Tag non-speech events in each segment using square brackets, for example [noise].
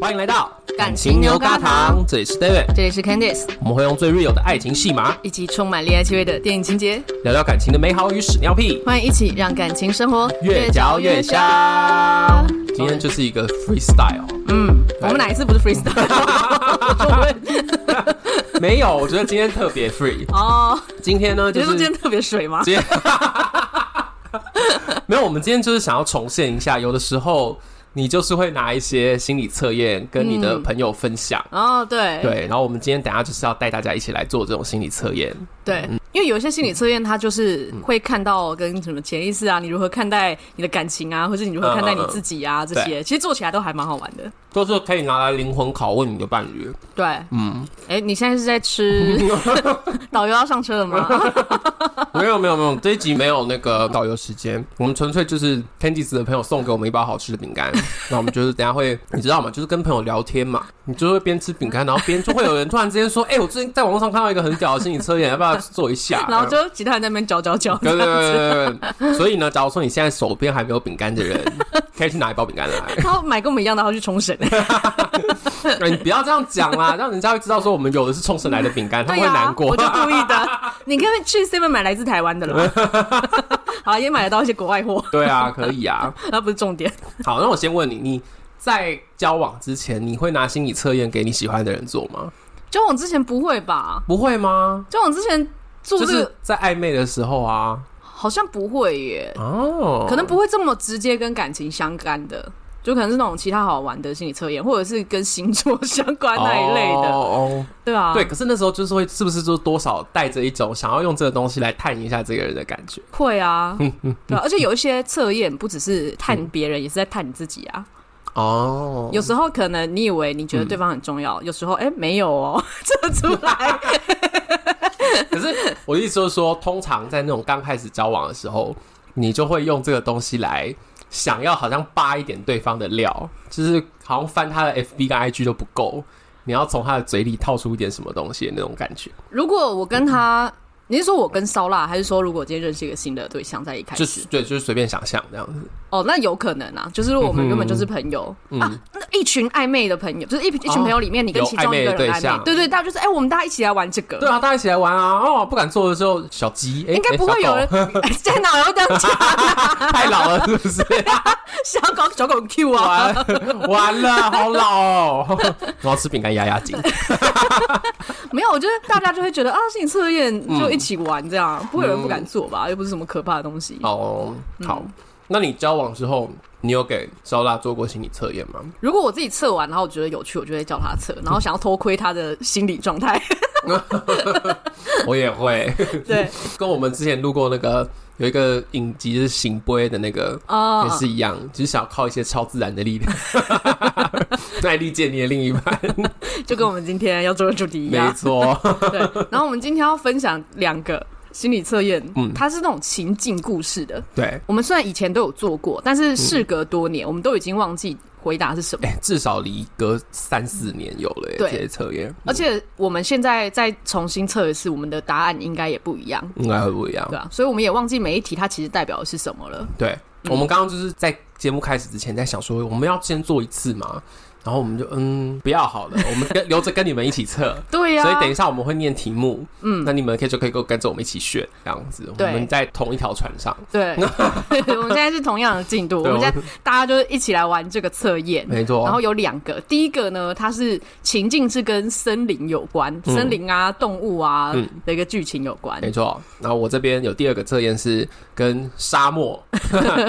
欢迎来到感情牛轧糖，这里是 David，这里是 Candice，我们会用最 real 的爱情戏码一起充满恋爱气味的电影情节，聊聊感情的美好与屎尿屁，欢迎一起让感情生活越嚼越香。今天就是一个 freestyle， [laughs] 嗯，我们哪一次不是 freestyle？没有，我觉得今天特别 free。 [laughs] 哦，今天呢，你就是说是今天特别水吗？今天 [laughs] 没有，我们今天就是想要重现一下，有的时候你就是会拿一些心理测验跟你嗯的朋友分享。哦，对对，然后我们今天等一下就是要带大家一起来做这种心理测验。对，嗯因为有一些心理测验，它就是会看到跟什么潜意识啊，你如何看待你的感情嗯啊，或是你如何看待你自己啊，这些其实做起来都还蛮好玩的。都是可以拿来灵魂拷问你的伴侣。 [laughs] 对，嗯，哎，你现在是在吃？导游要上车了吗？没有没有没有，这一集没有那个导游时间，我们纯粹就是 Candice 的朋友送给我们一包好吃的饼干，那我们就是等一下会，你知道吗？就是跟朋友聊天嘛，你就会边吃饼干，然后边就会有人突然之间说，哎、我最近在网络上看到一个很屌的心理测验，要不要做一下？然后就其他人在那边嚼嚼嚼， [laughs] 对对对对对，所以呢，假如说你现在手边还没有饼干的人，可以去拿一包饼干来。然后买跟我们一样的，然后去冲绳。哎你不要这样讲啦，让人家会知道说我们有的是冲绳来的饼干，他对啊们会呀，难过。我就故意 [laughs] 的。你可不可以去 Seven 买来自台湾的了？好，也买得到一些国外货，对啊，可以啊。那不是重点。 [laughs] 好，那我先问你，你在交往之前，你会拿心理测验给你喜欢的人做吗？交往之前不会吧？不会吗？交往之前做就这个、是在暧昧的时候啊。好像不会耶，哦，可能不会这么直接跟感情相干的，就可能是那种其他好玩的心理测验，或者是跟星座相关那一类的，哦对啊，哦，对。，可是那时候就是会，是不是就多少带着一种想要用这个东西来探一下这个人的感觉？[laughs] 会啊，对啊，而且有一些测验不只是探别人，也是在探你自己啊。哦，有时候可能你以为你觉得对方很重要，有时候哎、没有哦，测出来。可是我的意思就是说，通常在那种刚开始交往的时候，你就会用这个东西来想要好像扒一点对方的料，就是好像翻他的 FB 跟 IG 都不够，你要从他的嘴里套出一点什么东西的那种感觉，如果我跟他，你是说我跟烧腊，还是说如果今天认识一个新的对象在一开始？就是对，就是随便想象这样子。哦，那有可能啊，就是如果我们原本就是朋友、嗯啊，那一群暧昧的朋友，就是一一群哦朋友里面，你跟有其中一暧昧个的对人暧昧，象对对，大家就是哎、我们大家一起来玩这个。对啊，大家一起来玩啊！哦，不敢做的时候，小鸡、哎应该哎不会有人啊小狗 [laughs] 在哪有这样讲，太老了，是不 [laughs] 是？小狗小狗 Q 啊，完完了，好老 [laughs] 哦！我要吃饼干压压惊。没有，我觉得大家就会觉得啊，心理测验就一起玩这样，不会有人不敢做吧？又不是什么可怕的东西。哦，好，嗯那你交往之后，你有给烧腊做过心理测验吗？如果我自己测完，然后我觉得有趣，我就会叫他测，然后想要偷窥他的心理 [laughs] 状态。我也会， [laughs] 对，跟我们之前录过那个有一个影集是醒杯的那个。啊、也是一样，只、是想靠一些超自然的力 [laughs] 量来理解你的另一半。就跟我们今天要做的主题一没样。错， [laughs] 对，然后我们今天要分享两个心理测验，嗯它是那种情境故事的。对，我们虽然以前都有做过，但嗯是事隔多年，我们都已经忘记回答是什么。哎、至少离隔三四年有了、欸、这对些测验，而且我们现在再重新测一次，我们的答案应该也不一样，嗯应该会不一样对。吧、所以我们也忘记每一题它其实代表的是什么了。对，嗯我们刚刚就是在节目开始之前在想说，我们要先做一次嘛，然后我们就嗯，不要好了，我们跟 [laughs] 留着跟你们一起测。对啊呀、所以等一下我们会念题目，嗯，那你们可以就可以够跟着我们一起选这样子，我对嗯们在同一条船上， [laughs] 对，我们现在是同样的进度，我对们现在大家就是一起来玩这个测验。没错。然后有两个，第一个呢，它是情境是跟森林有关，森林啊、动物啊、嗯的一个剧情有关没。错，然后我这边有第二个测验是跟沙 [laughs] 漠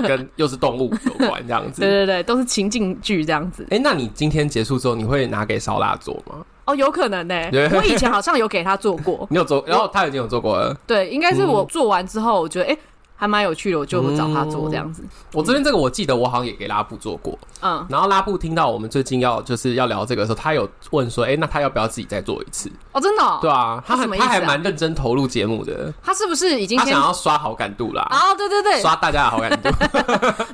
跟又是动物有关这样对子。对对，都是情境剧这样子。哎、那你今天结束之后，你会拿给烧腊做吗？哦，有可能呢、对，我以前好像有给他做过你有做？然后他已经有做过了。对，应该是嗯我做完之后，我觉得哎、诶还蛮有趣的，我就找他做这样子。我这边这个我记得我好像也给拉布做过。嗯，然后拉布听到我们最近要就是要聊这个的时候，他有问说：“哎、那他要不要自己再做一次哦，真的、？”哦，对啊，他他很什么意思他啊还蛮认真投入节目的，他是不是已经他先想？要刷好感度啦，哦，对对对，刷大家的好感度。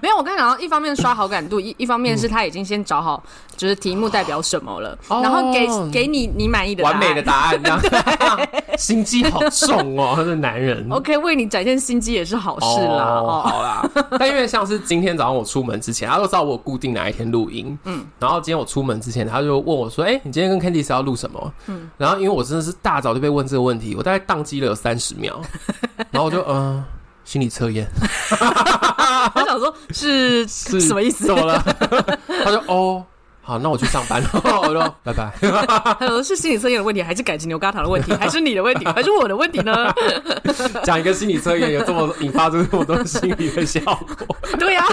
没有，我刚才讲到一一方面刷好感度，一一方面是他已经先找好，就是题目代表什么了，嗯哦然后给给你你满意的答完案美的答案，这 [laughs] 样心机好重哦， [laughs] 这男人。 OK，为你展现心机也是好事啦。哦哦，好啦。但因为像是今天早上我出门之前，他都知道我固定哪一天录音，嗯，然后今天我出门之前，他就问我说：“哎、你今天跟 Candy 是要录什么？”嗯，然后因为我真的是大早就被问这个问题，我大概宕机了有三十 [laughs] 秒，然后我就嗯、呃心理测验哦 [laughs] 我想说是是 [laughs] 啊什么意思怎？么了？ [laughs] 他就哦。好，那我去上班 [laughs] 了。我就拜拜。还有是心理测验的问题，还是感情牛轧糖的问 [laughs] 题，还是你的问题，还是我的问题呢？讲一个心理测验，有这么引发出这么多心理的效果。对啊呀、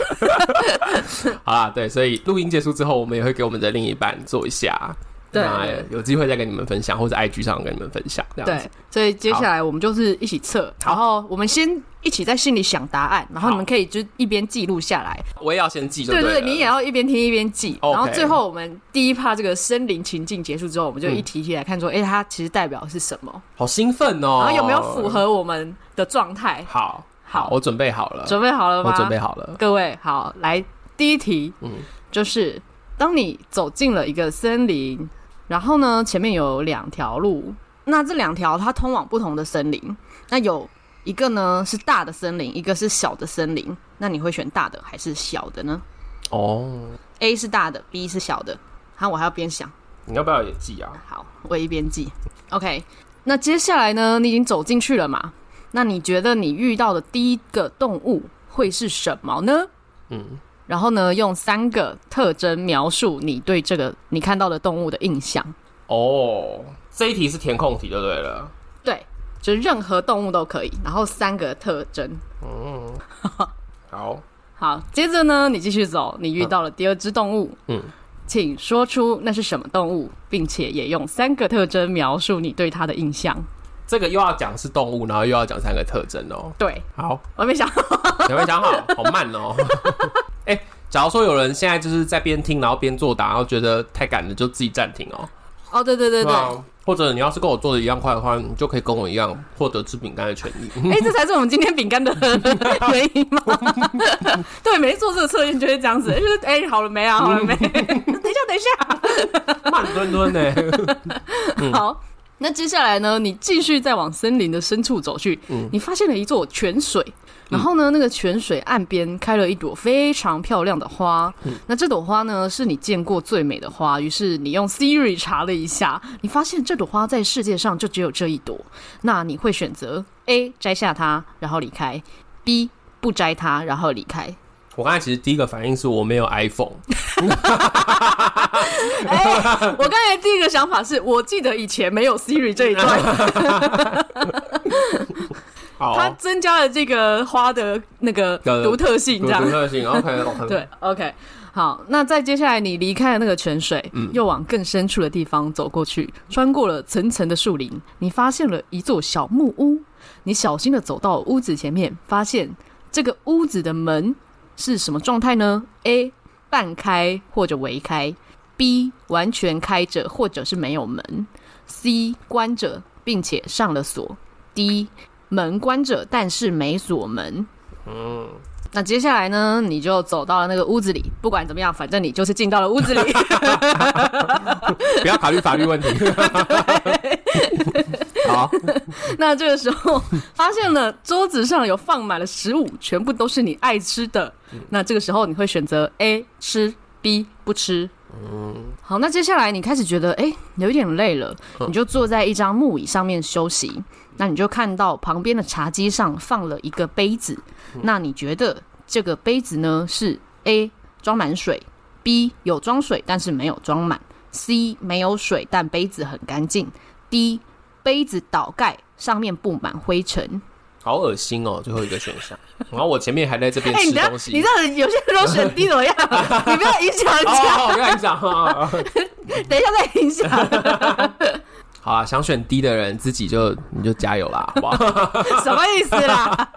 好啦，对，所以录音结束之后，我们也会给我们的另一半做一下。对那有机会再跟你们分享，或者 IG 上跟你们分享。这样子对，所以接下来我们就是一起测，然后我们先一起在心里想答案，然后你们可以就一边记录下来。我也要先记就对对对，了你也要一边听一边记。 OK 然后最后我们第一趴这个森林情境结束之后，我们就一题一题来看说，哎、它其实代表的是什么，好兴奋哦！然后有没有符？合我们的状态？好好我准备好了，准备好了我吗？准备好了。各位好，来第一题，嗯就是当你走进了一个森林，然后呢，前面有两条路，那这两条它通往不同的森林，那有一个呢是大的森林，一个是小的森林，那你会选大的还是小的呢哦， ？A 是大的，B 是小的，好，我还要边想，你要不要也记啊？好，我一边记，OK，那接下来呢，你已经走进去了嘛？那你觉得你遇到的第一个动物会是什么呢？嗯，然后呢，用三个特征描述你对这个你看到的动物的印象。哦，这一题是填空题就对了。对，就是任何动物都可以。然后三个特征。嗯，好，好，接着呢，你继续走，你遇到了第二只动物，嗯，请说出那是什么动物，并且也用三个特征描述你对它的印象。这个又要讲是动物，然后又要讲三个特征哦。对，好，我没想到，有没有讲 [laughs] 好？好慢哦。哎、假如说有人现在就是在边听，然后边作答，然后觉得太赶了，就自己暂停哦。哦，对对对对，哎、啊，或者你要是跟我做的一样快的话，你就可以跟我一样获得吃饼干的权利。这才是我们今天饼干的 [laughs] 原因吗？ [laughs] 对，每次做这个测验就会这样子，就是哎、好了没啊，好了没？等一下，等一下。 [laughs] 慢吞吞呢、 [laughs] 好，那接下来呢，你继续再往森林的深处走去，你发现了一座泉水，然后呢，那个泉水岸边开了一朵非常漂亮的花，那这朵花呢是你见过最美的花，于是你用 Siri 查了一下，你发现这朵花在世界上就只有这一朵，那你会选择 A 摘下它然后离开，B 不摘它然后离开。我刚才其实第一个反应是我没有 iPhone，哎、我刚才第一个想法是我记得以前没有 Siri 这一段。 [laughs] 好它增加了这个花的那个独特性，独这样独特性 OK OK， [laughs] 对，OK。好，那再接下来你离开了那个泉水，又往更深处的地方走过去，穿过了层层的树林，你发现了一座小木屋。你小心的走到屋子前面，发现这个屋子的门是什么状态呢？A 半开或者微开，B 完全开着或者是没有门，C 关着并且上了锁，D 门关着但是没锁门。嗯那接下来呢，你就走到了那个屋子里，不管怎么样，反正你就是进到了屋子里。不要考虑法律 [laughs] 问题。 [laughs] 好， [laughs] 那这个时候发现了桌子上有放满了食物，全部都是你爱吃的。那这个时候你会选择 A 吃，B 不吃。好，那接下来你开始觉得哎、诶有一点累了，你就坐在一张木椅上面休息。那你就看到旁边的茶几上放了一个杯子，那你觉得这个杯子呢是 A 装满水，B 有装水但是没有装满，C 没有水但杯子很干净，D 杯子倒盖上面布满灰尘。好恶心哦，最后一个选项。然后我前面还在这边哎你吃这样东，西。你这样，有些人都选 D [laughs] 怎么样？你不要影响人家，哦，我跟你讲啊，等一下再影响。好啊，想选 D 的人自己就你就加油啦，好不好？什么意思啦？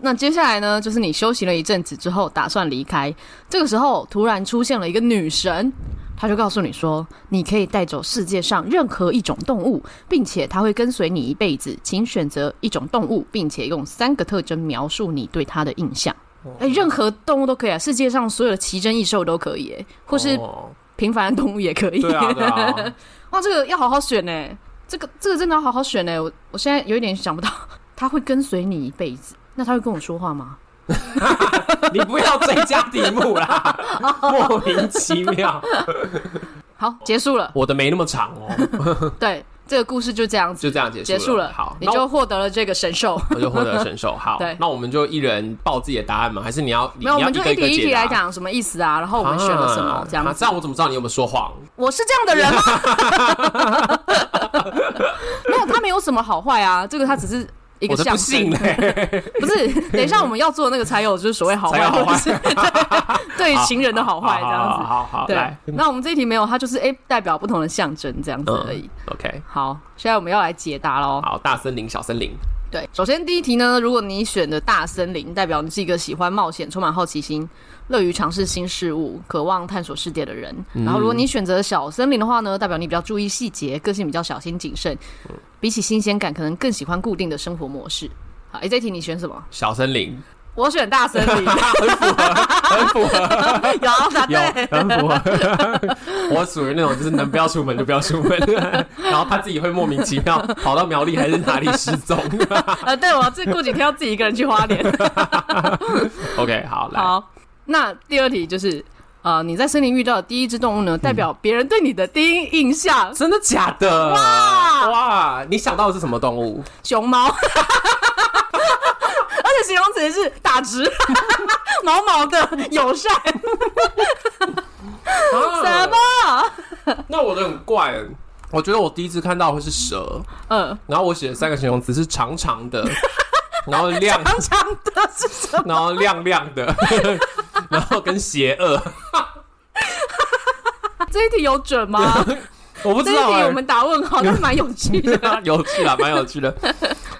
那接下来呢，就是你休息了一阵子之后，打算离开。这个时候，突然出现了一个女神，她就告诉你说，你可以带走世界上任何一种动物，并且它会跟随你一辈子。请选择一种动物，并且用三个特征描述你对它的印象。哎、任何动物都可以啊，世界上所有的奇珍异兽都可以、哎， [laughs] 或是哦平凡的动物也可以。对啊对啊哇，这个要好好选呢、这个这个真的要好好选呢、我我现在有一点想不到，它会跟随你一辈子，那它会跟我说话吗？你不要追加题目 [laughs] 啦，莫名其妙。好，结束了。我的没那么长哦，对，这个故事就这样子就这样结束结束了。好，你那就获得了这个神兽。我就获得了神兽。好对，那我们就一人报自己的答案吗？还是你要你没有，我们就你要一一个题一个题解答来。讲什么意思啊？然后我们选了什么啊这样啊子这。样我怎么知道你有没有说谎？我是这样的人吗？没有，他没有什么好坏啊，这个他只是一个我才不象信征。嘞！ [laughs] 不是，等一下我们要做那个才有，就是所谓好才坏，有好坏或者是对对情人的好坏这好样好子。好好好，对来，那我们这一题没有，它就是哎、代表不同的象征这样子而已。嗯，OK，好，现在我们要来解答喽。好，大森林、小森林，对，首先第一题呢，如果你选的大森林，代表你是一个喜欢冒险、充满好奇心、乐于尝试新事物、渴望探索世界的人。嗯然后，如果你选择小森林的话呢，代表你比较注意细节，个性比较小心谨慎，嗯比起新鲜感，可能更喜欢固定的生活模式。好，哎、这一题你选什么？小森 [laughs] 林，我选大森林， [laughs] 很符合，很符合， [laughs] 有啊答有对。很符合。我属于那种就是能不要出门就不要出门，然后他自己会莫名其妙跑到苗栗还是哪里失踪。 [laughs] 呃，对，我这过几天要自己一个人去花莲。 OK，好，来，好，那第二题就是，呃，你在森林遇到的第一只动物嗯呢，代表别人对你的第一印 [laughs] 象，真的假的？哇哇，你想到的是什么动 [laughs] 物？熊猫，而且形容词是打直， [laughs] 毛毛的，[laughs] 友善，什什么？？啊那我的很怪，我觉得我第一次看到会是蛇，嗯，然后我写的三个形容词是长长 [laughs] 的，然后亮，长长的是 [laughs] 什么？然后亮亮的， [laughs] 然后跟邪恶，这一题有准吗？ [laughs] 我不这知一道、题欸我。们打问号，但蛮有趣的。 [laughs] 有趣啦，蛮有趣的。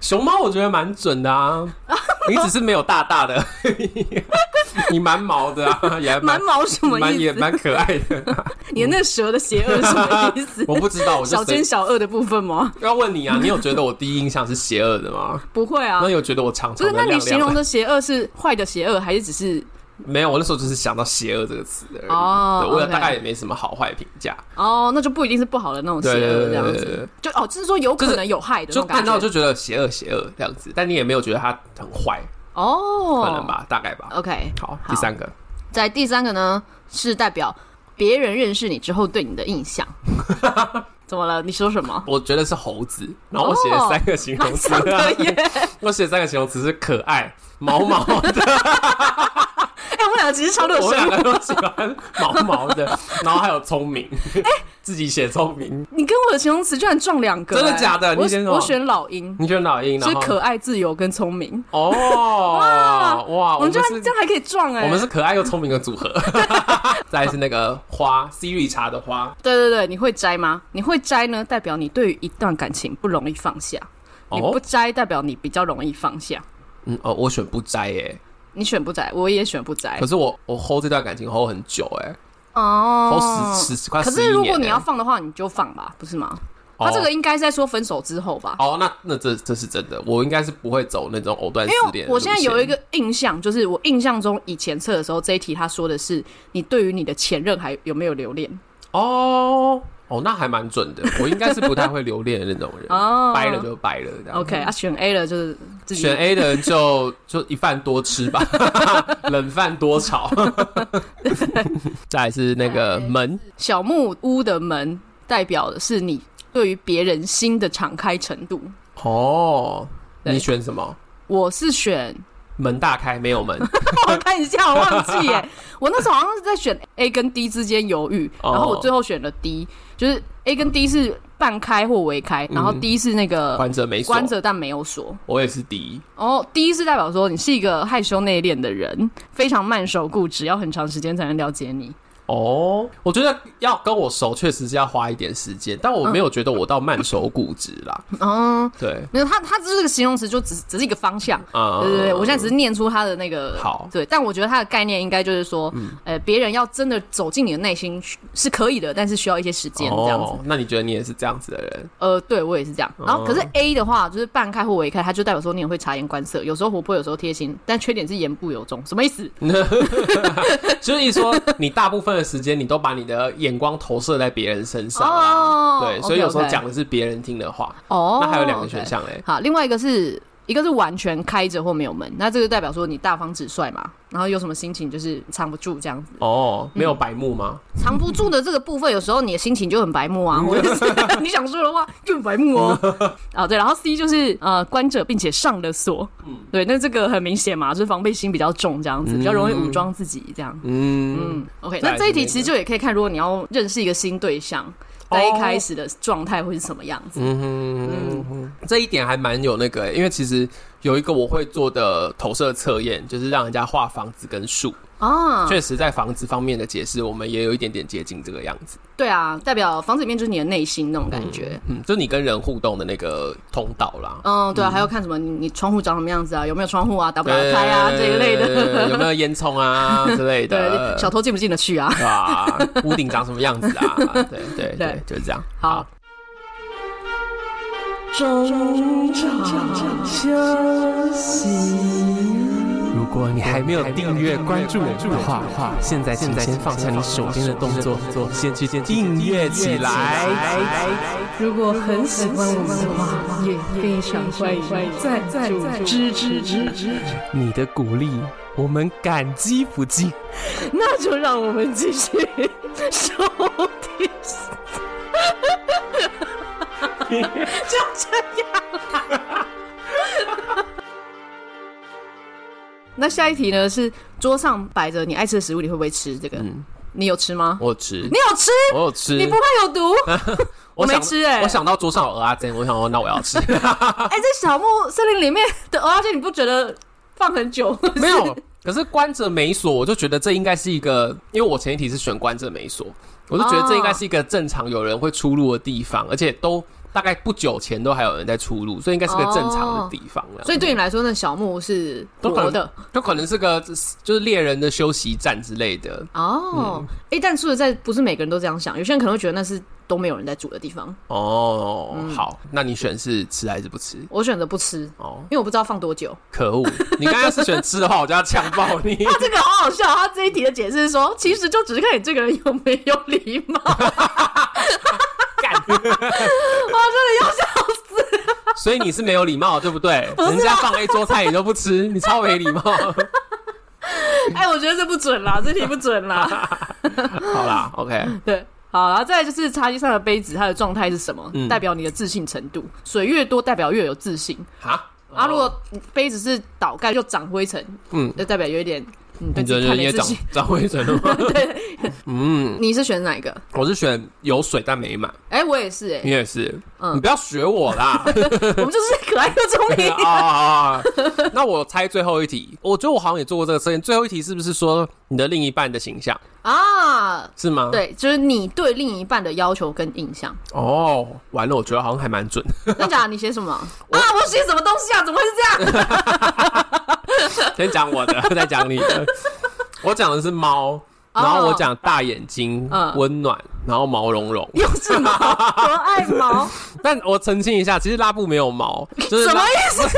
熊猫我觉得蛮准的 [laughs] 啊，你只是没有大大的，你蛮毛的啊，也还 [laughs] 蛮蛮毛什么蛮意也思？蛮嗯可爱的。？你的那蛇的邪恶是什么意思 [laughs] 我不知道，我就小随奸小恶的部分吗？要问你啊，你有觉得我第一印象是邪恶的 [laughs] 吗？不会啊那，有觉得我长不长是。的那亮你亮形容的？的邪恶是坏的邪恶，还是只是没有，我那时候就是想到邪恶这个词而已。哦对我也 OK 大概也没什么好坏评价。哦？那就不一定是不好的那种邪对对恶对这样对对子。就哦，就是说有就可是能有害的那就种感看觉。到就觉得邪恶邪恶这样子，但你也没有觉得它很坏，哦，可能吧，大概吧。 OK，好，第三个，在第三个呢，是代表别人认识你之后对你的 [laughs] 印象。怎么了？你说什么？我觉得是猴子，然后我写了哦三个形容蛮 [laughs] 词。像的耶！哎、 [laughs] 我写三个形容词是可爱、毛毛的， [laughs] 我们两个其实超有我深两度。个都喜欢毛毛的，然后还有聪 [laughs] 明，自己写聪明。你跟我的形容词居然撞两个、真的哎假的你我选什么我选老鹰，你选老鹰，就然是后可爱、自由跟聪明。哦哇，我我们们居然是这样还可以撞哎、我们是可爱又聪明的组合。 [laughs] 再来是那个花，Siri 茶的花，对对对，你会摘吗？你会摘呢，代表你对于一段感情不容易放下；你不哦，摘，代表你比较容易放下。嗯哦，我选不摘耶，你选不摘，我也选不摘可。是我我 hold 这段感情 hold 很久哎哦，hold 十十快可十一是年耶。如果你要放的话，你就放吧，不是吗？他这个应该是在说分手之后吧，哦哦，那那这这是真的，我应该是不会走那种藕断丝连因为的路线。我现在有一个印象，就是我印象中以前测的时候，这一题他说的是你对于你的前任还有没有留恋哦哦，那还蛮准的。我应该是不太会留恋的那种人，哦掰了就掰了这样。 ？OK 啊，选 A 了就是自己嗯选 A 的人就就一饭多吃吧， [laughs] 冷饭多炒。 [laughs] 再来是那哎个门，小木屋的门，代表的是你对于别人心的敞开程度。哦，对你选什么？我是选，门大开没有 [laughs] 门，我看一下，我忘 [laughs] 记耶。我那时候好像是在选 A 跟 D 之间犹豫，哦然后我最后选了 D，就是 A 跟 D 是半开或微开，然后 D 是那嗯个关着没锁。关着但没有锁。我也是第一。哦，第一是代表说你是一个害羞内敛的人，非常慢熟固执，要很长时间才能了解你。哦，我觉得要跟我熟确实是要花一点时间，但我没有觉得我到慢熟固执 [laughs] 啦。嗯，对，没有，它它这个形容词就只只是一个方向。啊、对对对，我现在只是念出它的那个好嗯对，但我觉得它的概念应该就是说，呃，别人要真的走进你的内心是可以的，但是需要一些时间这样子。哦，那你觉得你也是这样子的人？ [laughs] 呃，对我也是这样。哦然后，可是 A 的话，就是半开或微开，它就代表说你很会察言观色，有时候活泼，有时候贴心，但缺点是言不由衷，什么意思？所以说，你大部分的时间你都把你的眼光投射在别人身上啊。哦，对，所以有时候 OK，OK 讲的是别人听的话。哦，那还有两个选项嘞 OK。，好，另外一个是一个是完全开着或没有门，那这个代表说你大方直率嘛，然后有什么心情就是藏不住这样子。哦，没有白目吗？藏不住的这个部分，有时候你的心情就很白目啊，嗯或者是 [laughs] 你想说的话就很白 [laughs] 目哦。啊，对，然后 C 就是呃关着并且上了锁，嗯对，那这个很明显嘛，就是防备心比较重这样子，比较容易武装自己这样。嗯，嗯，OK，再来那这是那一题个其实就也可以看，如果你要认识一个新对象，在一哦开始的状态会是什么样子。嗯哼哼，这一点还蛮有那个欸、因为其实有一个我会做的投射测验，就是让人家画房子跟树。啊，确实，在房子方面的解释，我们也有一点点接近这个样子。对啊，代表房子里面就是你的内心那种感觉。嗯，就你跟人互动的那个通道啦。嗯，对啊，还要看什么你你窗户长什么样子啊，有没有窗户啊，打不打得开啊这一类的，的，有没有烟囱哎啊之类的对，？小偷进不进得去啊？啊，屋顶长什么样子啊？对对对对，就是这样。好，如果你还没有订阅关注我们的话，现在现在先放下你手边的动作，先去订阅起来。如果很喜欢我们的话，也非常欢迎赞助支持支持，你的鼓励，我们感激不尽。那就让我们继续收听。就这样啦。那下一题呢？是桌上摆着你爱吃的食物，你会不会吃？这个、嗯你有吃吗？我有吃你，有吃？我有吃，你不怕有毒？我想没吃欸我想到桌上有鹅阿珍，我想说那我要 [laughs] 吃。哎、在小木森林里面的蚵仔煎，你不觉得放很久？没有，可是关着美索，我就觉得这应该是一个，因为我前一题是选关着美索，我就觉得这应该是一个正常有人会出入的地方，而且都大概不久前都还有人在出入，所以应该是个正常哦的地方了。所以对你来说，那小木是都可能活的就可能是个就是猎人的休息站之类的嗯哦。哎、但说实在，不是每个人都这样想，有些人可能会觉得那是都没有人在住的地方。哦。好，那你选是吃还是不吃？我选择不吃，因哦，为我不知道放多久。可恶！ [laughs] 你刚刚要是选吃的话，我就要强暴 [laughs] 你。他这个好好笑，他这一题的解释是说，其实就只是看你这个人有没有礼貌。干！ [laughs] 我真的要笑，所以你是没有礼貌，对不啊对？人家放了一桌菜你都不吃，你超没礼 [laughs] 貌。哎、我觉得这不准啦，这题不准 [laughs] 啦。好啦，OK。对。好，然后再来就是茶几上的杯子，它的状态是什么？嗯代表你的自信程度。水越多，代表越有自信。哈啊，如果杯子是倒盖就长灰尘，嗯嗯，就代表有一点，嗯，对你自的己太人没也自长信。长灰尘了吗？ [laughs] 对，嗯，你是选哪一个？ [laughs] 我是选有水但没满，哎、我也是、你也是，嗯你不要学我 [laughs] 啦！哎，我们就是可爱 [laughs] 又聪明啊。啊啊！那我猜最后一题，我觉得我好像也做过这个测验。最后一题是不是说你的另一半的形象啊，是吗？，对，就是你对另一半的要求跟印象。哦，完了，我觉得好像还蛮准。 [laughs] 那假的你写什么啊？我写什么东西啊？怎么会是这样？ [laughs] 先讲我的，再讲你的。我讲的是猫，然后我讲大眼睛哦嗯、温暖，然后毛茸茸。又 [laughs] 是毛，多爱毛，但我澄清一下，其实拉布没有毛，就是什拉么意思？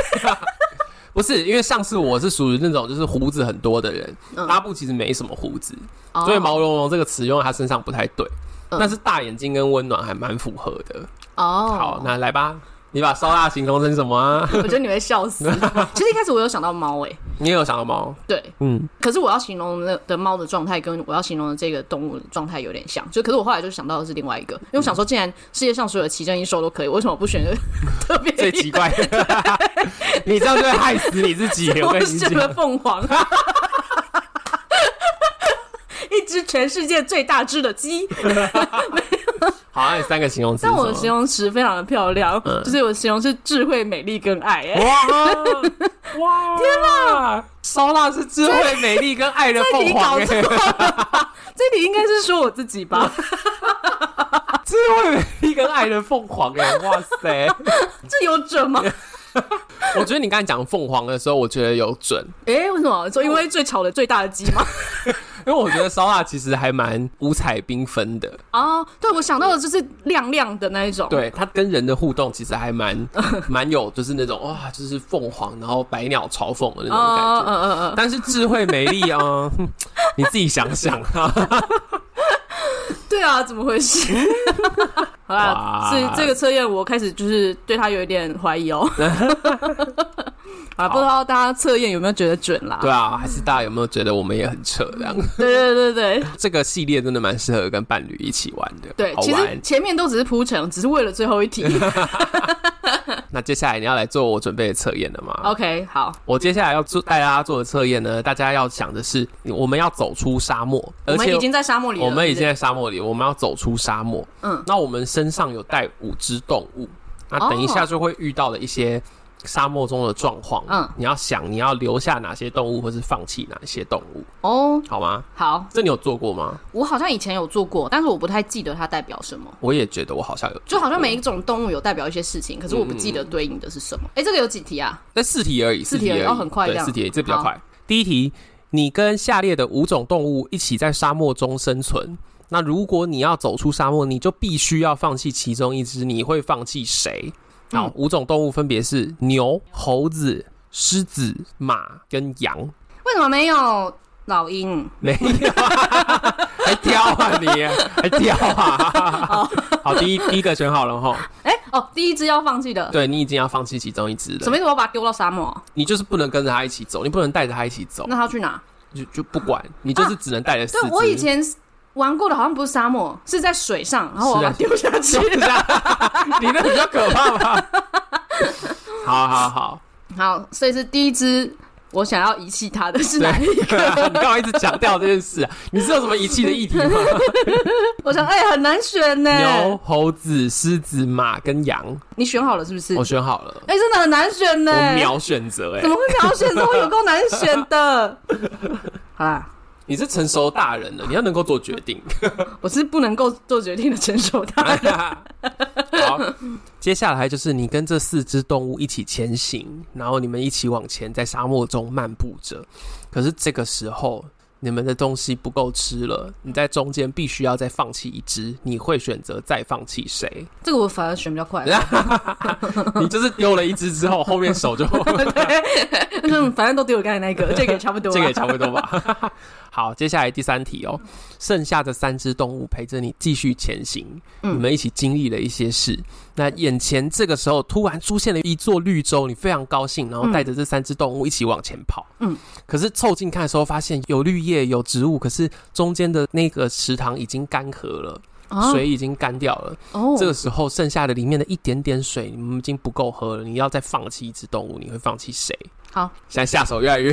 [laughs] 不是，因为上次我是属于那种就是胡子很多的人，嗯拉布其实没什么胡子，哦所以毛茸茸这个词用在他身上不太对。嗯但是大眼睛跟温暖还蛮符合的。哦，好，那来吧，你把烧腊形容成什么啊？我觉得你会笑 [laughs] 死。其实一开始我有想到猫、哎，你也有想到猫？对，嗯，可是我要形容的的猫的状态，跟我要形容的这个动物的状态有点像，就可是我后来就想到的是另外一个，因为我想说，既然世界上所有的奇珍异兽都可以，为什么我不选择 [laughs] 特别最奇怪， [laughs] 你这样就会害死你自 [laughs] 己。我 [laughs] 我跟你选了讲，凤凰， [laughs] 一只全世界最大只的鸡，好，啊那你三个形容词是但什么，我的形容词非常的漂亮，嗯就是我的形容是智慧、美丽跟爱、哎哇哇，天哪！烧腊是智慧、美丽跟爱的这凤题凰、搞错欸。了，这题应该是说我自己吧？嗯智慧、美丽跟爱的凤凰、欸。哎，哇塞！这有 [laughs] 准吗？我觉得你刚才讲凤凰的时候，我觉得有准，哎、为什么？说因为最吵的最大的鸡 [laughs] 吗？因为我觉得烧腊其实还蛮五彩缤纷的。啊，对，我想到的就是亮亮的那一种。，对它跟人的互动其实还蛮蛮有，就是那种哇，就是凤凰，然后百鸟朝凤的那种感嗯觉。嗯嗯嗯， [laughs] 但是智慧美丽啊、哼 [laughs] 你自己想想 [laughs] 啊。对啊，怎么 [laughs] 回事？好啦，哇这这个测验我开始就是对他有一点怀疑 [laughs] 哦。啊，不知道大家测验有没有觉得准啦？对啊，还是大家有没有觉得我们也很扯？这样， [laughs] 对对对对这个系列真的蛮适合跟伴侣一起玩的，对，好其实玩。前面都只是铺陈，只是为了最后 [laughs] 一题。那接下来你要来做我准备的测验了吗 OK，好，我接下来要做带大家做的测验呢，大家要想的是，我们要走出沙漠，我而们且已经在沙漠里了，我们已对经在沙漠里，我们要走出沙漠。嗯，那我们身上有带五只动物，那等一下就会遇到的一些沙漠中的状况。嗯你要想你要留下哪些动物，或是放弃哪些动物，不对哦。好吗？好，这你有做过吗？我好像以前有做过，但是我不太记得它代表什么。我也觉得我好像有，就好像每一种动物有代表一些事哦情，可是我不记得对应的是什么。嗯哎、这个有几题啊？但四题而已，四四题题而已而已，哦很快这对，样四题而已这比较快。第一题，你跟下列的五种动物一起在沙漠中生存。那如果你要走出沙漠，你就必须要放弃其中一只，你会放弃谁？好，嗯五种动物分别是牛、猴子、狮子、马跟羊。为什么没有老鹰？没有、啊，还挑啊你，还挑 [laughs] 啊！哦好，第一第一个选好了哈，哎、哦，第一只要放弃的，对你已经要放弃其中一只什了，么意思？我要把它丢到沙漠？你就是不能跟着它一起走，你不能带着它一起走，那它要去哪？就就不管，你就是只能带着四对，只。我 [laughs] 以前玩过的好像不是沙漠，是在水上，然后我把它丢下去。 [laughs] 是啊你那比较可怕 [laughs] 吧？好好好，好，所以是第一只我想要遗弃它的是哪一对，个？你干嘛一直强调这件事啊？你是有什么遗弃的议题 [laughs] 吗？我想，哎、很难选呢。牛、猴子、狮子、马跟羊，你选好了是不是？我选好了，哎、真的很难选呢。我秒选择哎怎。么会秒选中？有够难选 [laughs] 的。好啦，你是成熟大人了，你要能够做决定。我是不能够做决定的成熟 [laughs] 大人。好，接下来就是你跟这四只动物一起前行，然后你们一起往前，在沙漠中漫步着。可是这个时候，你们的东西不够吃了，你在中间必须要再放弃一只，你会选择再放弃谁？这个我反而选比较快， [laughs] [laughs] 你就是丢了一只之 [laughs] 后，后面手就嗯反正都丢我刚才那个，这个也差不多。啊这个也差不多吧。好，接下来第三题哦，剩下的三只动物陪着你继续前行，嗯你们一起经历了一些事。那眼前这个时候突然出现了一座绿洲，你非常高兴，然后带着这三只动物一起往前跑。嗯，可是凑近看的时候发现有绿叶有植物，可是中间的那个池塘已经干涸了，啊水已经干掉了。哦，这个时候剩下的里面的一点点水，你们已经不够喝了，你要再放弃一只动物，你会放弃谁？好，现在下手越来 [laughs] 越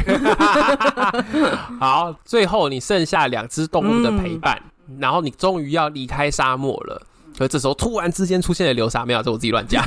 好，最后你剩下两只动物的陪伴，嗯然后你终于要离开沙漠了。可是这时候突然之间出现了流沙，没有，这我自己乱讲，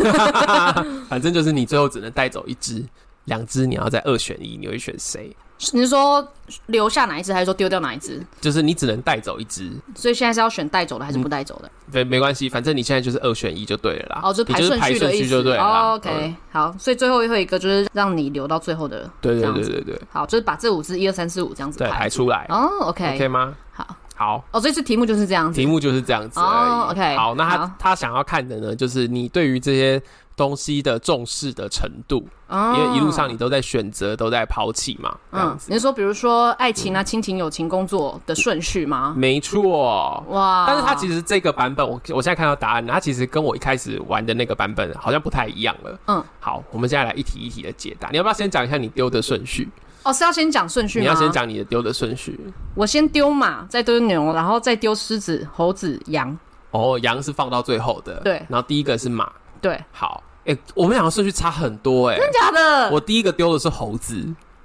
[laughs] 反正就是你最后只能带走一只，两只你要再二选一，你会选谁？你是说留下哪一只，还是说丢掉哪一只？就是你只能带走一只，所以现在是要选带走的还是不带走的？对，没关系，反正你现在就是二选一就对了啦。哦，就啊你排就是顺排序的顺意序思。就对了啦。嗯哦 OK，好，所以最后一个就是让你留到最后的，对这对样对子对对，好，就是把这五只一二三四五这样子对排出来。哦，OK， OK 吗？好，好，哦，所以这题目就是这样子题。目就是这样子哦而已。 ，OK，好，那好他他想要看的呢，就是你对于这些东西的重视的程度，哦因为一路上你都在选择，都在抛弃嘛，这样嗯，子。你是说比如说爱情啊、亲情、友情、工作的顺序吗？没错。哇！嗯但是它其实实这个版本，我我现在看到答案，它其实跟我一开始玩的那个版本好像不太一样了。嗯，好，我们现在来一题一题的解答。你要不要先讲一下你丢的顺序？哦是要先讲顺序吗？你要先讲你的丢的顺序。我先丢马，再丢牛，然后再丢狮子、猴子、羊。哦，羊是放到最后的，对然后第一个是马，对，好，哎、我们两个顺序差很多、哎，真假的？我第一个丢的是猴子，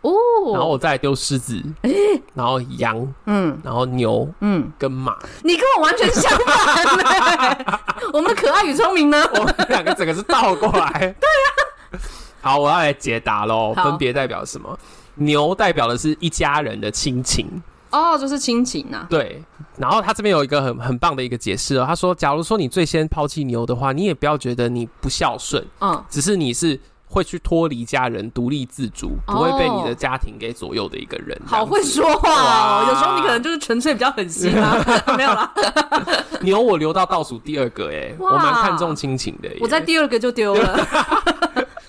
然后哦，我再来丢狮子，然后羊，嗯然后牛嗯，跟马， [laughs] 你跟我完全相反、欸。 [laughs] 我们的可爱与聪明呢？我们两 [laughs] 个整个是倒过来。对呀、好，我要来解答喽，啊好分别代表什么？牛代表的是一家人的亲情。哦，就是亲情呐、对，然后他这边有一个很很棒的一个解释哦，他说，假如说你最先抛弃牛的话，你也不要觉得你不孝顺，嗯，只是你是会去脱离家人、独立自主，哦不会被你的家庭给左右的一个人。好会这样子说话哦。哇有时候你可能就是纯粹比较狠心啊， [laughs] 没有啦。牛，我留到倒数第二个 [laughs] 哎，哇我蛮看重亲情的耶。我在第二个就丢 [laughs] 了。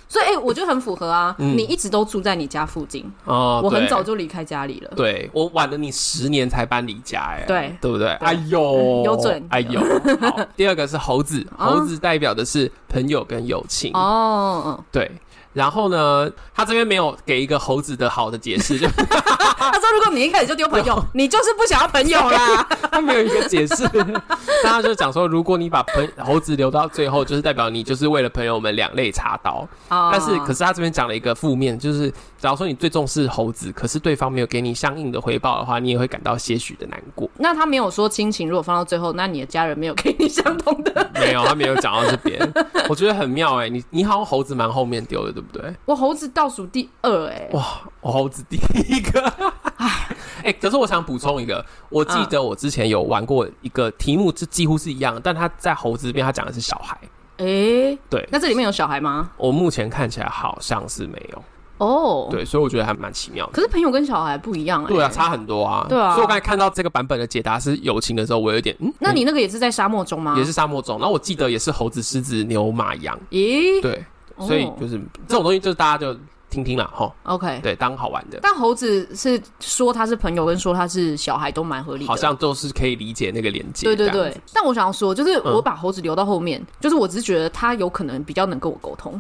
所以，哎、我觉得很符合啊！嗯你一直都住在你家附近，哦，我很对早就离开家里了。对我晚了你十年才搬离家、哎，对嗯对不对？哎呦，有准哎呦。好，第二个是猴子， [laughs] 啊猴子代表的是朋友跟友情，哦，对。然后呢，他这边没有给一个猴子的好的解 [laughs] 释，就他说如果你一开始就丢朋友，你就是不想要朋友 [laughs] 啦。 [laughs] 他没有一个解 [laughs] 释。但他就讲说，如果你把朋猴子留到最后，就是代表你就是为了朋友们两肋插刀。哦但是，可是他这边讲了一个负面，就是假如说你最重视猴子，可是对方没有给你相应的回报的话，你也会感到些许的难 [laughs] 过。那他没有说亲情，如果放到最后，那你的家人没有给你相同 [laughs] 的。没有，他没有讲到这边，我觉得很妙哎、你你好像猴子蛮后面丢的，对不对？我猴子倒数第二、哎，哇，我猴子第一个， [laughs] 哎、可是我想补充一个，我记得我之前有玩过一个题目，是几乎是一样的，但他在猴子这边他讲的是小孩，哎、对那这里面有小孩吗？我目前看起来好像是没有，哦，，对，所以我觉得还蛮奇妙的。可是朋友跟小孩不一样、哎，对啊，。差很多啊。对啊所以我刚才看到这个版本的解答是友情的时候，我有一点嗯，那你那啊个也是在沙漠中吗？也是，沙漠种。然后我记得也是猴子、狮子、牛、马、羊，咦、对，所以哦就是、这种东西，就是大家就听听啦，吼， OK。对，当好玩的。但猴子是说他是朋友，跟说他是小孩都蛮合理的，好像都是可以理解那个连接。对对这样对子，。但我想要说，就是嗯我把猴子留到后面，就是我只是觉得他有可能比较能跟我沟通。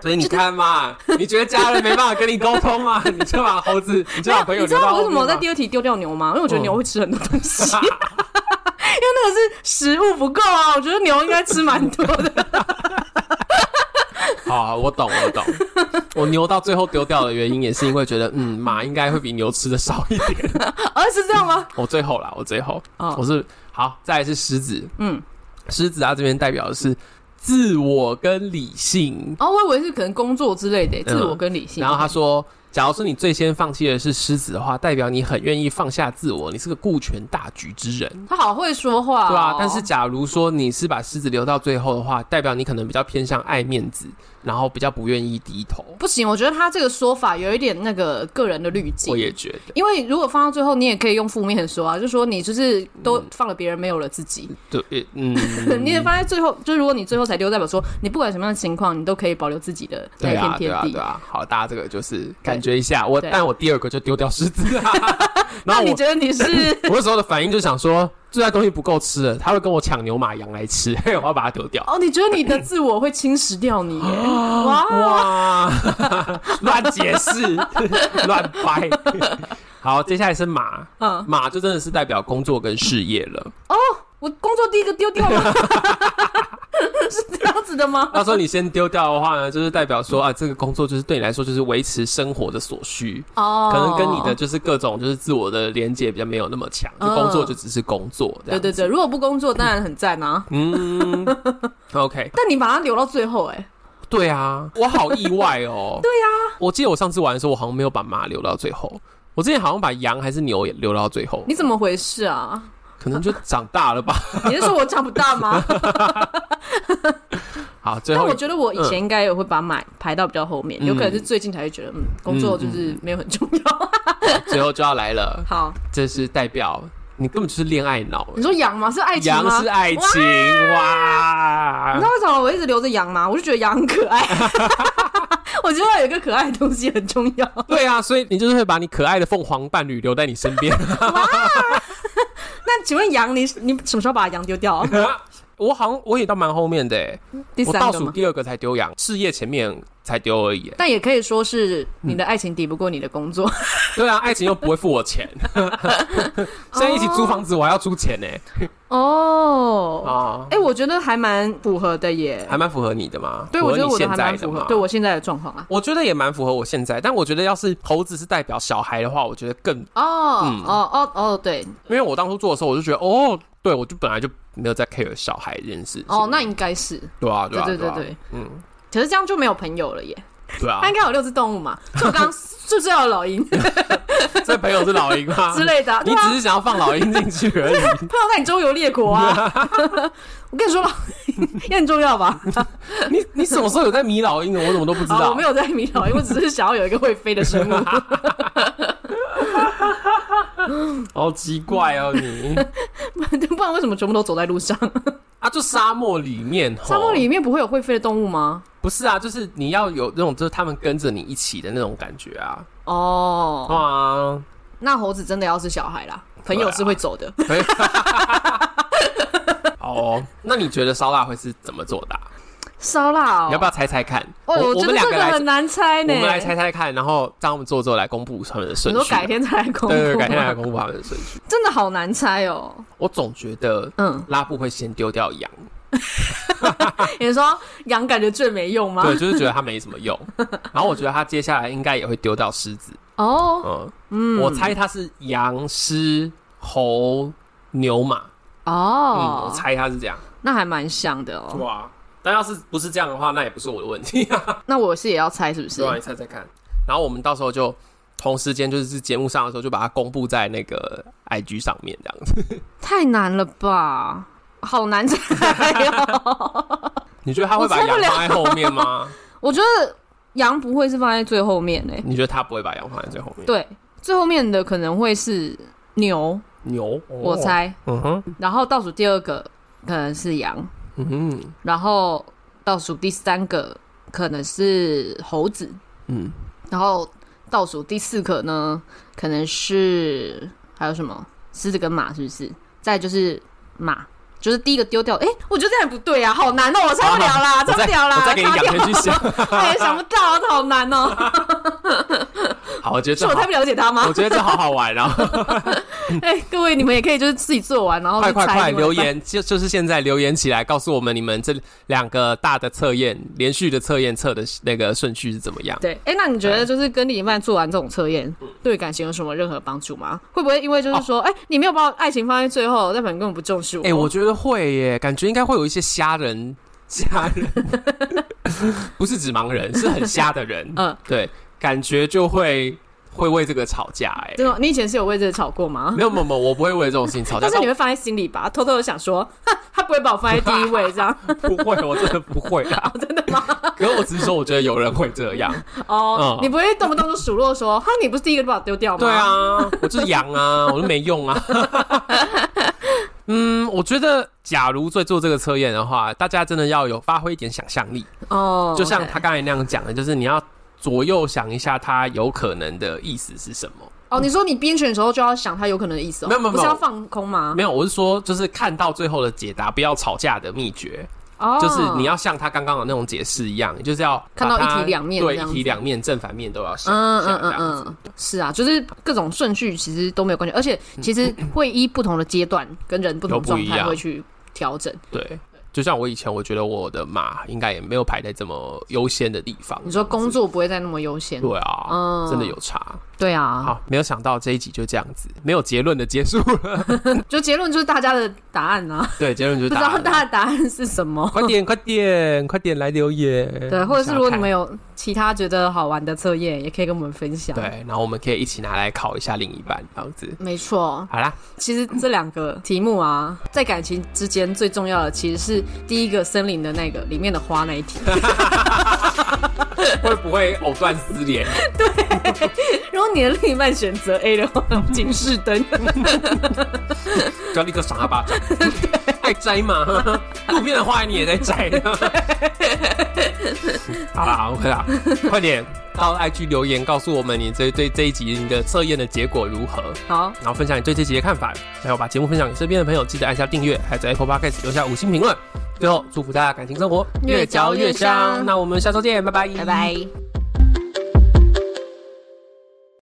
所以你看嘛，你觉得家人没办法跟你沟通 [laughs] 嘛，你就把猴子，你就把朋友你知留道到我为什么我在后面嘛第二题丢掉牛吗？因为我觉得嗯牛会吃很多东西， [laughs] 因为那个是食物不够啊。我觉得牛应该吃蛮 [laughs] 多的。好好，我懂， [laughs] 我懂。我牛到最后丢掉的原因，也是因为觉得，嗯，马应该会比牛吃的少一点。而是这样吗？我最后啦，我最后，哦我是好，再来是狮子，嗯，狮子啊它这边代表的是自我跟理性。哦，我以为是可能工作之类的，嗯自我跟理性。然后他说，假如说你最先放弃的是狮子的话，代表你很愿意放下自我，你是个顾全大局之人。他好会说话、哦，对啊，但是假如说你是把狮子留到最后的话，代表你可能比较偏向爱面子，然后比较不愿意低头。不行，我觉得他这个说法有一点那个个人的滤镜。我也觉得，因为如果放到最后，你也可以用负面说啊，就说你就是都放了别人，没有了自己。对，嗯， [laughs] 你也放在最后，就如果你最后才丢，代表说你不管什么样的情况，你都可以保留自己的那对一啊片，对啊，天对地。啊。好，大家这个就是感觉一下我，对但我第二个就丢掉狮 [laughs] 子、 [laughs] 啊，然那后你我觉得你是 [laughs] 我那时候的反应就想说，这袋东西不够吃了，他会跟我抢牛马羊来吃， [laughs] 嘿，我要把它丢掉。哦？你觉得你的自我会侵蚀 [gasps] 掉你耶？哇，哇， [laughs] 乱解释， [laughs] 乱掰。好，接下来是马，嗯，哦马就真的是代表工作跟事业了。我工作第一个丢掉吗？ [laughs] 是这样子的吗？到时候你先丢掉的话呢，就是代表说啊，这个工作就是对你来说就是维持生活的所需，哦，可能跟你的就是各种就是自我的连接比较没有那么强，就嗯工作就只是工作这对样。对对，如果不工作，当然很赞啊。嗯，OK，但你把它留到最后，哎，对啊，我好意外哦。 [laughs] 对啊呀、我记得我上次玩的时候，我好像没有把马留到最后。我之前好像把羊还是牛也留到最后，你怎么回事啊？可能就长大了吧。你是说我长不 [laughs] 大吗？好，最但后我觉得我以前应该也会把买排到比较后面，嗯有可能是最近才会觉得，嗯，工作就是没有很重要。最后就要来了， [laughs] 好，这是代表你根本就是恋爱脑，你说羊吗？是爱情吗？羊是爱哇情哇你知道为什么我一直留着羊吗？我就觉得羊很可爱。 [laughs] 我觉得有一个可爱的东西很重要。 [laughs] 对啊，所以你就是会把你可爱的凤凰伴侣留在你身 [laughs] 边。 [laughs] 那请问羊，你你什么时候把羊丢掉啊？ [laughs] 我好像我也到蛮后面的欸，第我三倒个数吗？第二个才丢羊，事业前面才丢而已欸。但也可以说是你的爱情抵不过你的工作， [laughs] 对啊，爱情又不会付我钱， [laughs] 现在一起租房子我还要出钱呢。嗯 [laughs] 哦。啊，哎，我觉得还蛮符合的耶。还蛮符合你的嘛？对，符合我觉得你我的现还在蛮的符嘛合，对我现在的状况啊。我觉得也蛮符合我现在，但我觉得要是猴子是代表小孩的话，我觉得更，因哦嗯哦哦哦，对，为我当初做的时候，我就觉得哦，对我就本来就没有在 care 小孩这件事情。哦，那应该是。对啊，对啊，对对啊对，嗯，可是这样就没有朋友了耶。对啊它，应该有六只动物 [laughs] 嘛，就我刚刚就是要有老鹰这朋友是老鹰吗？ [laughs] 之类的啊，你对啊只是想要放老鹰进去 [laughs] 而已。朋友在你周游列国 [laughs] 啊！我跟你说了， [laughs] 也很重要吧？你你什么时候有在迷老鹰的？我怎么都不知好，道。哦我没有在迷老鹰，我只是想要有一个会飞的生物。啊 [laughs] 好奇怪哦，你不然为什么全部都走在路上？啊，就沙漠里面，吼沙漠里面不会有会飞的动物吗？不是啊，就是你要有那种，就是他们跟着你一起的那种感觉啊。哦，哇，那猴子真的要是小孩啦，啊朋友是会走的。可以。 [laughs] 好啊哦，那你觉得烧腊会是怎么做的啊、烧腊你要不哦，要猜猜看？哦，我觉们得两这个个来，很难猜我呢。们来猜猜看，然后让他们做之后来公布他们的顺你序。啊说改天再来公布吗，对对对，改天来公布他们的顺序。真的好难猜哦。我总觉得嗯，拉布会先丢掉羊，你说羊感觉最没用吗？对，就是觉得它没什么 [laughs] 用。然后我觉得他接下来应该也会丢掉狮子，哦，嗯，嗯，我猜他是羊、狮、猴、牛、马，嗯，我哦，猜他是这样。那还蛮像的哦。哇，但要是不是这样的话，那也不是我的问题啊。那我是也要猜是不 [laughs] 是对？啊，你猜猜看。 [laughs] 然后我们到时候就同时间，就是节目上的时候，就把它公布在那个 IG 上面，这样子。太难了吧，好难猜 [laughs] 哦。你觉得他会把我猜羊不了放在后面吗？ [laughs] 我觉得羊不会是放在最后面诶、你觉得他不会把羊放在最后面？对，最后面的可能会是牛，牛，哦我。猜。嗯哼，然后倒数第二个可能是羊，嗯哼，然后倒数第三个可能是猴子，嗯，然后倒数第四个呢可能是还有什么狮子跟马是不是？再就是马。就是第一个丢掉，哎、我觉得这样不对啊，好难哦、我猜不了啦，好猜不了啦，啊我再给你卡两掉天去想。 [laughs] 哎，想不到，好难哦、 [laughs] 好，我觉得是这我太好不了解他吗我？觉得这好好玩啊！哎、各位，你们也可以就是自己做完，然后快去快猜快另外一半留。言，就就是现在留言起来，告诉我们你们这两个大的测验连续的测验测的那个顺序是怎么样？对，哎、那你觉得就是跟另一半做完这种测验，嗯对感情有什么任何帮助吗？会不会因为就是说，哎、你没有把我爱情放在最后，代表你根本不重视我？哦哎、我觉得会耶，感觉应该会有一些瞎人，瞎人， [laughs] 不是指盲人，是很瞎的 [laughs] 人。嗯对，感觉就会会为这个吵架。哎，真的，你以前是有为这个吵过吗？没有没啊有没有，我不会为这种事情吵架，但是你会放在心里吧，偷偷的想说，哼他不会把我放在第一位， [laughs] 这样但我不会，我真的不会 [laughs] 啊，真的吗？可是我只是说，我觉得有人会这样。哦，嗯你不会动不动就数落说，哈，你不是第一个就把我丢掉吗？对，啊，我就是羊 [laughs] 啊，我就没用啊。嗯，我觉得，假如在做这个测验的话，大家真的要有发挥一点想象力，哦，就像 OK 他刚才那样讲的，就是你要左右想一下，他有可能的意思是什么。哦，你说你编选的时候就要想他有可能的意思哦，没有没有不是没有要放空吗？没有，我是说，就是看到最后的解答，不要吵架的秘诀，哦，就是你要像他刚刚的那种解释一样，你就是要看到把它一体两面对，这样一子体两面，正反面都要想嗯一下嗯这嗯样子。嗯，是啊，就是各种顺序其实都没有关系，而且嗯其实会依不同的阶段跟人不同状有不一态样嗯会去调整。对，就像我以前，我觉得我的马应该也没有排在这么优先的地方。你说工作不会再那么优先，对啊，嗯真的有差。对啊，好，没有想到这一集就这样子，没有结论的结束了。就结论就是大家的答案啊， [laughs] 对，结论就是不知答道案了。大家的答案是什么。快点，快点，快点来留言。 [laughs] 对，或者是如果你们有有其他觉得好玩的测验，也可以跟我们分享。对，，然后我们可以一起拿来考一下另一半，这样子。没错。 [laughs] 好啦，其实这两个题目啊，在感情之间最重要的其实是第一个森林的那个里面的花那一 [laughs] 题。会不会藕断丝连？如果你的另一半选择 A 的话，警示灯。就要立刻赏他 [laughs] 巴掌。爱摘 [laughs] 嘛，路边的花你也在摘。 [laughs] 好啦，好 [laughs] 啦，快点到 IG 留言告诉我们你这对这一集你的测验的结果如何，好，然后分享你对这集的看法，还有把节目分享给身边的朋友，记得按下订阅，还有在 Apple Podcast 留下五星评论。最后，祝福大家感情生活越嚼越香那我们下周见，拜拜，拜拜。